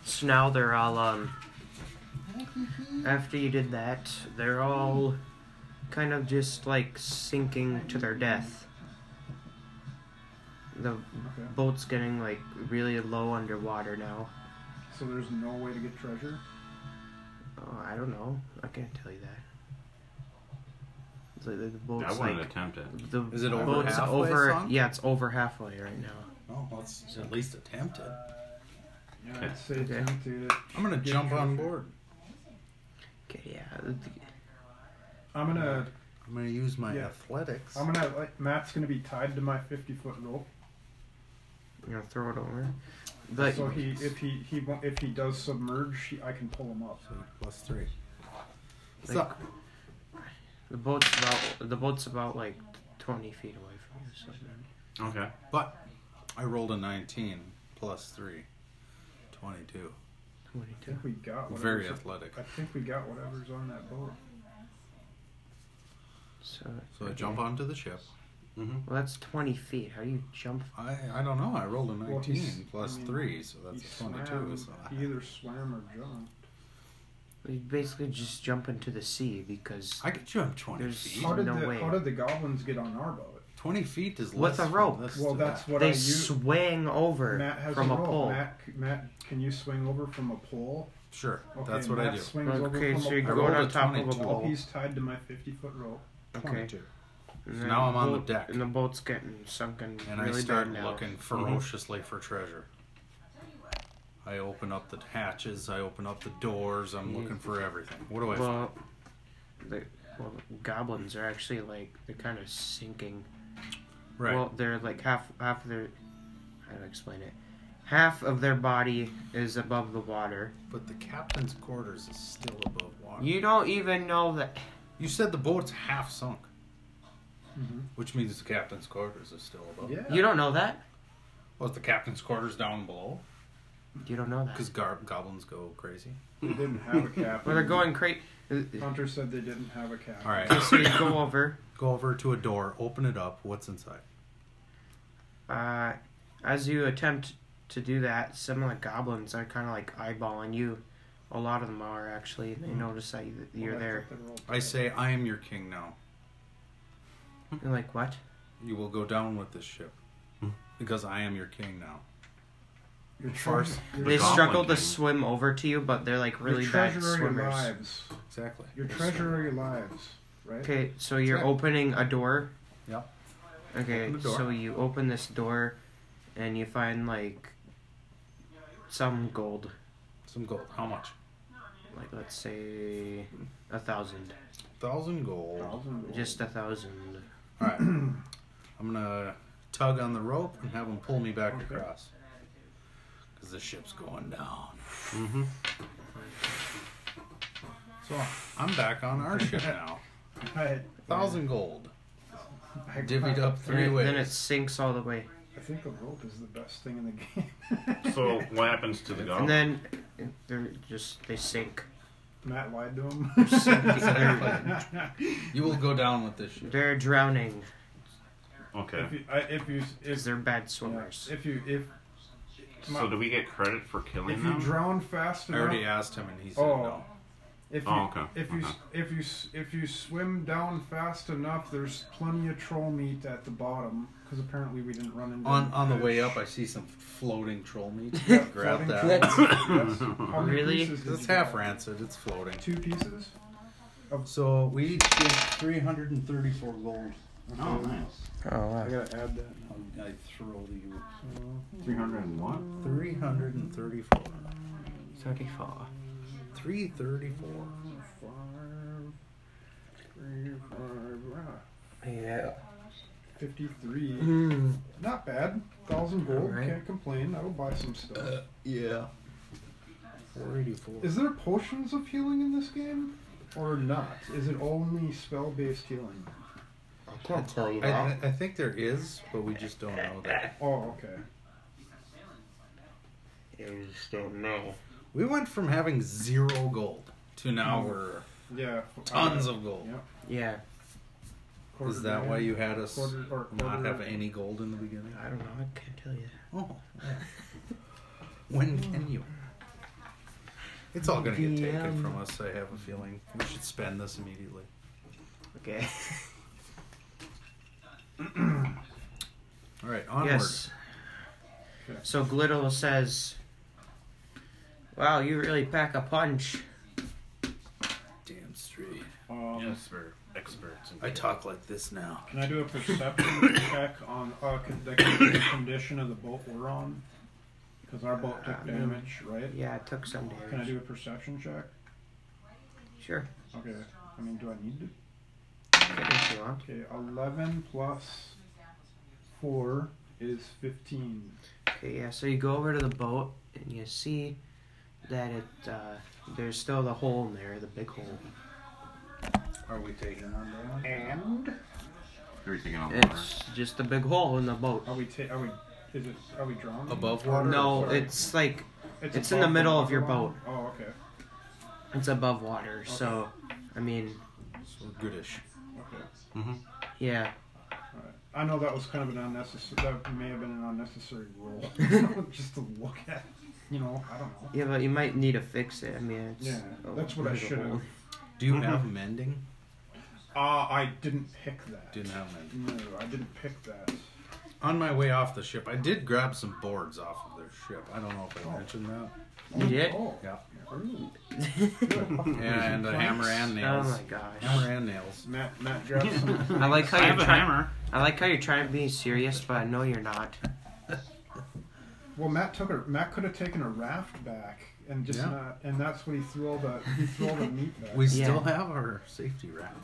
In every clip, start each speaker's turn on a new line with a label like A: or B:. A: Because now they're all, um, after you did that, they're all kind of just like sinking to their death. The
B: Okay.
A: boat's getting like really low underwater now.
B: So there's no way to get treasure.
A: Oh, I don't know. I can't tell you that. The, the, the
C: I
A: boat's
C: wouldn't
A: like
C: attempt it.
A: the
D: Is it over
A: boat's
D: halfway,
A: over.
D: Son?
A: Yeah, it's over halfway right now.
D: Oh, well, let's at least attempt it.
B: Yeah,
C: Okay.
B: I'd say
A: Okay.
B: attempt to it.
D: I'm gonna
B: Get
D: jump on
B: trophy.
D: board.
A: Okay, yeah. the-
B: I'm gonna,
D: I'm gonna use my
B: Yeah.
D: athletics.
B: I'm gonna. Like, Matt's gonna be tied to my 50 foot rope.
A: I'm gonna throw it over. But
B: so he, if he, he, won't- if he does submerge, he, I can pull him up.
D: So, plus three.
A: Like-
D: Suck.
A: the boat's about the boat's about like twenty feet away from you. So
C: Okay.
D: But I rolled a 19 plus three. 22.
B: I think we got. Whatever's
D: Very athletic.
B: I think we got whatever's on that boat.
A: So,
D: So I jump onto the ship.
C: Mm-hmm.
A: Well, that's twenty feet. How do you jump?
D: I, I don't know. I rolled a
B: Well,
D: 19
B: he's-
D: plus
B: I mean,
D: three, so
B: He
D: that's a 22.
B: swam,
D: so I-
B: he either swam or jumped.
A: You basically just jump into the sea because
D: I could jump 20
A: There's-
D: feet.
B: How did
A: no
B: the
A: way.
B: How did the goblins get on our boat?
D: 20 feet is
A: With
D: less
A: a rope.
D: Than this
B: Well,
D: to
B: that's
D: that.
B: what I
A: they
B: use.
A: swing over
B: Matt has
A: from
B: a
A: a,
B: rope.
A: pole.
B: Matt, c- Matt, can you swing over from a pole?
D: Sure.
B: Okay,
D: that's what
B: Matt
D: I do.
B: Swings over
A: Okay,
B: from
A: so
B: a
A: you're
D: I
B: pole.
A: going
D: rolled
A: on
D: a
A: top of a
D: 22.
B: Well,
A: pole.
B: he's tied to my 50 foot rope.
A: Okay.
D: 22.
A: And
D: So
A: then
D: now I'm on the
A: boat-
D: deck.
A: and the boat's getting sunken
D: And
A: really
D: I start
A: bad Mm-hmm. now.
D: looking ferociously for treasure. I open up the hatches. I open up the doors. I'm looking for everything. What do I find?
A: Mm-hmm. Well, the well, goblins are actually like they're kind of sinking.
D: Right.
A: Well, they're like half half of their how do I explain it? Half of their body is above the water.
D: but the captain's quarters is still above water.
A: You don't even know that.
D: You said the boat's half sunk,
B: Mhm.
D: which means the captain's quarters is still above.
B: Yeah.
A: You don't know that.
D: Well, is the captain's quarters down below?
A: You don't know that.
D: Because gar- goblins go crazy.
B: They didn't have a cap.
A: Well, they're going crazy.
B: Hunter said they didn't have a cap.
D: All right.
A: So you go over.
D: go over to a door, open it up. What's inside?
A: Uh, as you attempt to do that, some of the goblins are kind of like eyeballing you. A lot of them are actually. They notice that you-
B: Well,
A: you're
B: I
A: there.
B: thought they were all
D: I
B: tied.
D: say, I am your king now.
A: You're like, what?
D: You will go down with this ship.
A: Hmm.
D: Because I am your king now.
B: Your
D: Farce.
B: treasure- your
A: They
C: goblin
A: struggle to
C: king.
A: swim over to you, but they're like really
B: your
A: bad
B: treasure are your
A: swimmers.
B: lives.
D: Exactly.
B: Your treasure are your lives, right?
A: Okay, so you're
D: Check.
A: opening a door.
D: Yep.
A: Okay,
D: Open the door.
A: so you open this door, and you find like some gold,
D: Some gold. How much?
A: like let's say a thousand,
D: Thousand
B: Oh.
D: gold.
B: Thousand
A: just a thousand.
D: All right. I'm gonna tug on the rope and have them pull me back
B: Okay.
D: across. Cause the ship's going down.
C: Mm-hmm.
D: So I'm back on our ship now.
B: I,
D: Thousand gold
B: I,
D: divvied up
A: And
D: three
A: uh, it,
D: ways.
A: then it sinks all the way,
B: I think a rope is the best thing in the game.
C: So what happens to the
A: and
C: goblin?
A: then they're just they sink.
B: Matt lied to him.
D: Exactly. you will go down with this ship.
A: They're drowning
C: okay.
B: if you, I, if you,
A: because
B: if,
A: they're bad
B: yeah,
A: swimmers.
B: if you, if, come
C: So
B: on.
C: do we get credit for killing
B: if you
C: them?
B: drown fast
D: I
B: enough,
D: already asked him and he said
B: Oh.
D: no.
B: if you,
C: Oh, okay.
B: if you,
C: Okay.
B: if you, if you swim down fast enough, there's plenty of troll meat at the bottom. Because apparently we didn't run into
D: On on the way up, I see some floating troll meat.
B: Yeah,
D: Grab
B: floating
D: that.
B: troll meat.
D: That's-
B: Yes. How many
A: Really?
B: pieces did
D: It's
B: you
D: half
B: have?
D: rancid. It's floating.
B: Two pieces.
D: So we each get 334 gold.
C: Oh, nice.
A: Oh
B: I gotta add that.
D: I- I throw to you.
B: now.
C: 301?
D: 334.
A: thirty-four.
D: 334.
B: Five, three, five, ah,
A: Yeah.
B: 53.
A: Hmm.
B: Not bad. Thousand gold.
A: Alright.
B: Can't complain. I will buy some stuff.
D: Yeah. 484.
B: Is there potions of healing in this game? Or not? Is it only spell based healing?
A: I can't tell you
D: I,
A: that.
D: I- I think there is, but we just don't know that.
B: Oh, okay.
A: I just don't know.
D: We went from having zero gold to now we're
B: Yeah.
D: tons of gold.
B: Yeah.
A: Yeah,
B: Quarter
D: Is that why
B: grand,
D: you had us
B: quarter, or
D: not
B: quarter-
D: have any gold in the beginning?
A: I don't know. I can't tell you. that.
D: Oh. When can you? It's all gonna get taken
A: DM.
D: from us. I have a feeling we should spend this immediately.
A: Okay.
D: All right, onward.
A: Yes.
B: Okay.
A: So Glittle says, "Wow, you really pack a punch."
D: Damn straight.
B: Um,
C: Yes, we're experts. In
D: I talk like this now.
B: Can I do a perception check on uh, con- the condition of the boat we're on? Because our boat
D: Ah,
B: took
A: Um,
B: damage, right?
A: Yeah, it took some
B: Can I
A: damage.
B: do a perception check?
A: Sure.
B: Okay. I mean, do I need to?
A: If you want.
B: Okay, 11 plus 4 is 15.
A: Okay, yeah. So you go over to the boat and you see that it uh, there's still the hole in there, the big hole.
D: Are we taking on that?
B: And?
C: Everything on water.
A: It's just a big hole in the boat.
B: Are we, ta- are we, is it, are we drowning?
D: Above
B: Or-
D: water?
A: No,
D: Sorry.
A: it's like it's in
B: above
A: the middle of your
B: water line? Oh, okay.
A: it's above water. So, I mean,
D: So we're goodish.
B: Okay.
A: yeah.
B: Alright. I know that was kind of an unnecessary. That may have been an unnecessary rule, just to look at. You know, I don't know.
A: Yeah, but you might need to fix it. I mean, it's
B: Yeah,
A: oh,
B: that's what I
A: there's a
B: should
A: hole.
B: have.
D: Do you have mending?
B: Ah, I didn't pick that.
D: Didn't have mending.
B: No, I didn't pick that.
D: On my way off the ship, I did grab some boards off of their ship. I don't know if I mentioned that.
A: You did?
B: Oh.
D: Yeah.
B: Ooh.
D: And a hammer and
A: Oh
D: nails.
A: my gosh.
D: Hammer and nails.
B: Matt, Matt grabs some.
A: I like how
C: I
A: you're
C: have a
A: trying.
C: hammer.
A: I like how you're trying to be serious, but I know you're not.
B: Well, Matt took a. Matt could have taken a raft back and just
D: Yeah.
B: not. And that's what he threw all the. He threw all the meat back.
D: We
A: Yeah.
D: still have our safety raft.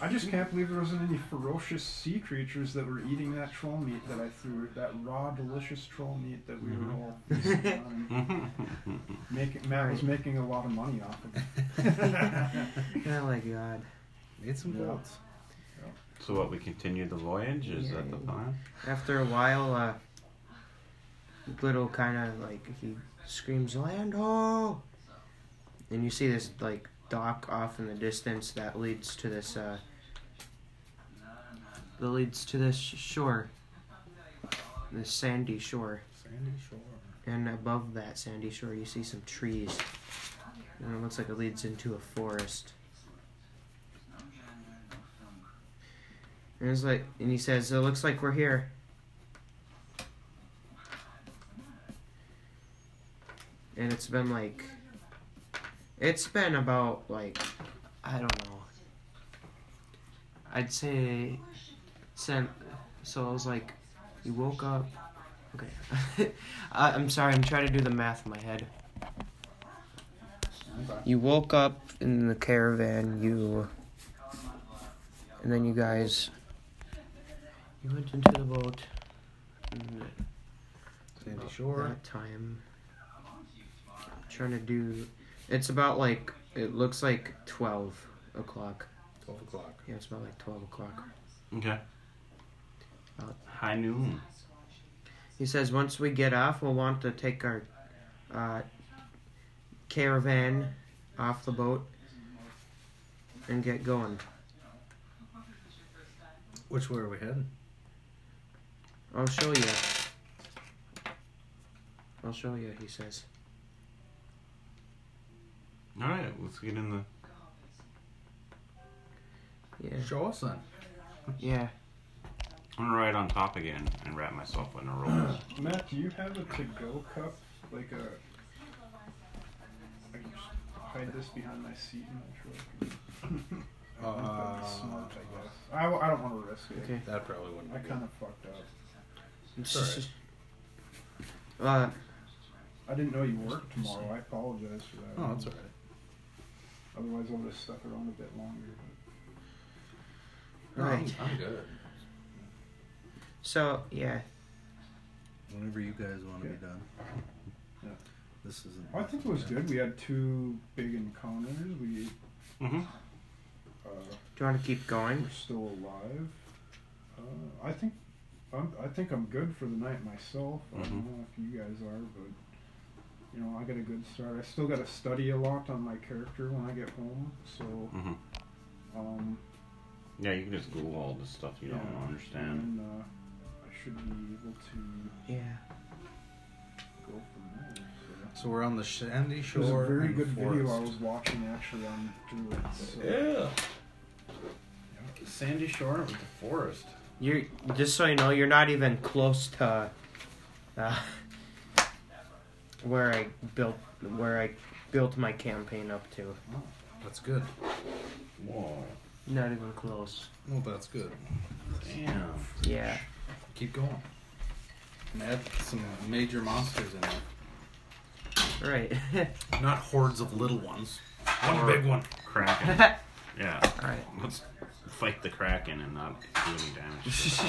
B: I just can't believe there wasn't any ferocious sea creatures that were eating that troll meat that I threw, that raw, delicious troll meat that we were all feasting on. making. Matt was making a lot of money off of it.
A: Oh my god.
D: Need some
B: Yeah.
D: bolts.
C: So what? We continue the voyage? Is that the plan?
A: After a while, uh, little kind of like he screams Lando, and you see this like dock off in the distance that leads to this uh, that leads to this shore, this sandy shore,
D: Sandy Shore.
A: and above that sandy shore you see some trees, and it looks like it leads into a forest. And it's like, and he says, "It looks like we're here." and it's been like it's been about like i don't know i'd say sen- so i was like you woke up okay I, i'm sorry i'm trying to do the math in my head you woke up in the caravan you and then you guys you went into the boat and
D: Sandy
A: about
D: Shore.
A: That time. trying to do. It's about like it looks like twelve o'clock.
D: 12 o'clock.
A: Yeah, it's about like twelve o'clock.
C: Okay.
A: Uh,
C: High noon.
A: He says once we get off, we'll want to take our uh, caravan off the boat and get going.
D: Which way are we heading?
A: I'll show you. I'll show you. He says.
C: All right. Let's get in the.
A: Yeah.
D: Show us then.
A: Yeah.
C: I'm gonna ride on top again and wrap myself in a roll.
B: Matt, do you have a to-go cup? Like a. I can just hide this behind my seat in my truck.
D: Uh,
B: That'd be smart, I guess. I, w- I don't want to risk it.
A: Okay.
D: that probably wouldn't
B: I
D: be good.
B: kind of fucked up.
A: It's
D: all
A: just- Uh,
B: I didn't know you worked tomorrow. I apologize for that.
D: Oh, that's alright.
B: Otherwise, I would have stuck around a bit longer. but-
D: No, I'm-
A: Right.
D: I'm good.
A: so yeah.
D: Whenever you guys want to be
B: Okay.
D: done.
B: Yeah.
D: This isn't.
B: Oh, I think it was good. We had two big encounters. We uh,
C: Mm-hmm.
A: Do you want to keep going?
B: we're still alive. Uh, I think I'm. I think I'm good for the night myself. I
C: Mhm.
B: don't
D: Mm-hmm.
B: know if you guys are, but you know, I got a good start. I still got to study a lot on my character when I get home. So,
C: Mm-hmm.
B: um,
C: Yeah, you can just Google all this stuff you
B: Yeah.
C: don't understand.
B: and uh, I should be able to
A: Yeah.
B: go from there. So.
D: So we're on the sandy
B: It
D: shore.
B: was a very
D: and
B: good video I
D: forest.
B: was watching actually on through it. So.
D: Yeah.
B: Sandy Shore with the forest.
A: You're just so you know, you're not even close to uh, where I built where I built my campaign up to.
D: That's good.
C: Whoa.
A: Not even close.
D: Well, that's good.
C: Damn.
A: Yeah.
D: Keep going. And add some major monsters in there.
A: Right.
D: Not hordes of little ones.
C: One big one. Kraken.
A: All
C: Yeah.
A: right.
C: Let's fight the Kraken and not do any damage.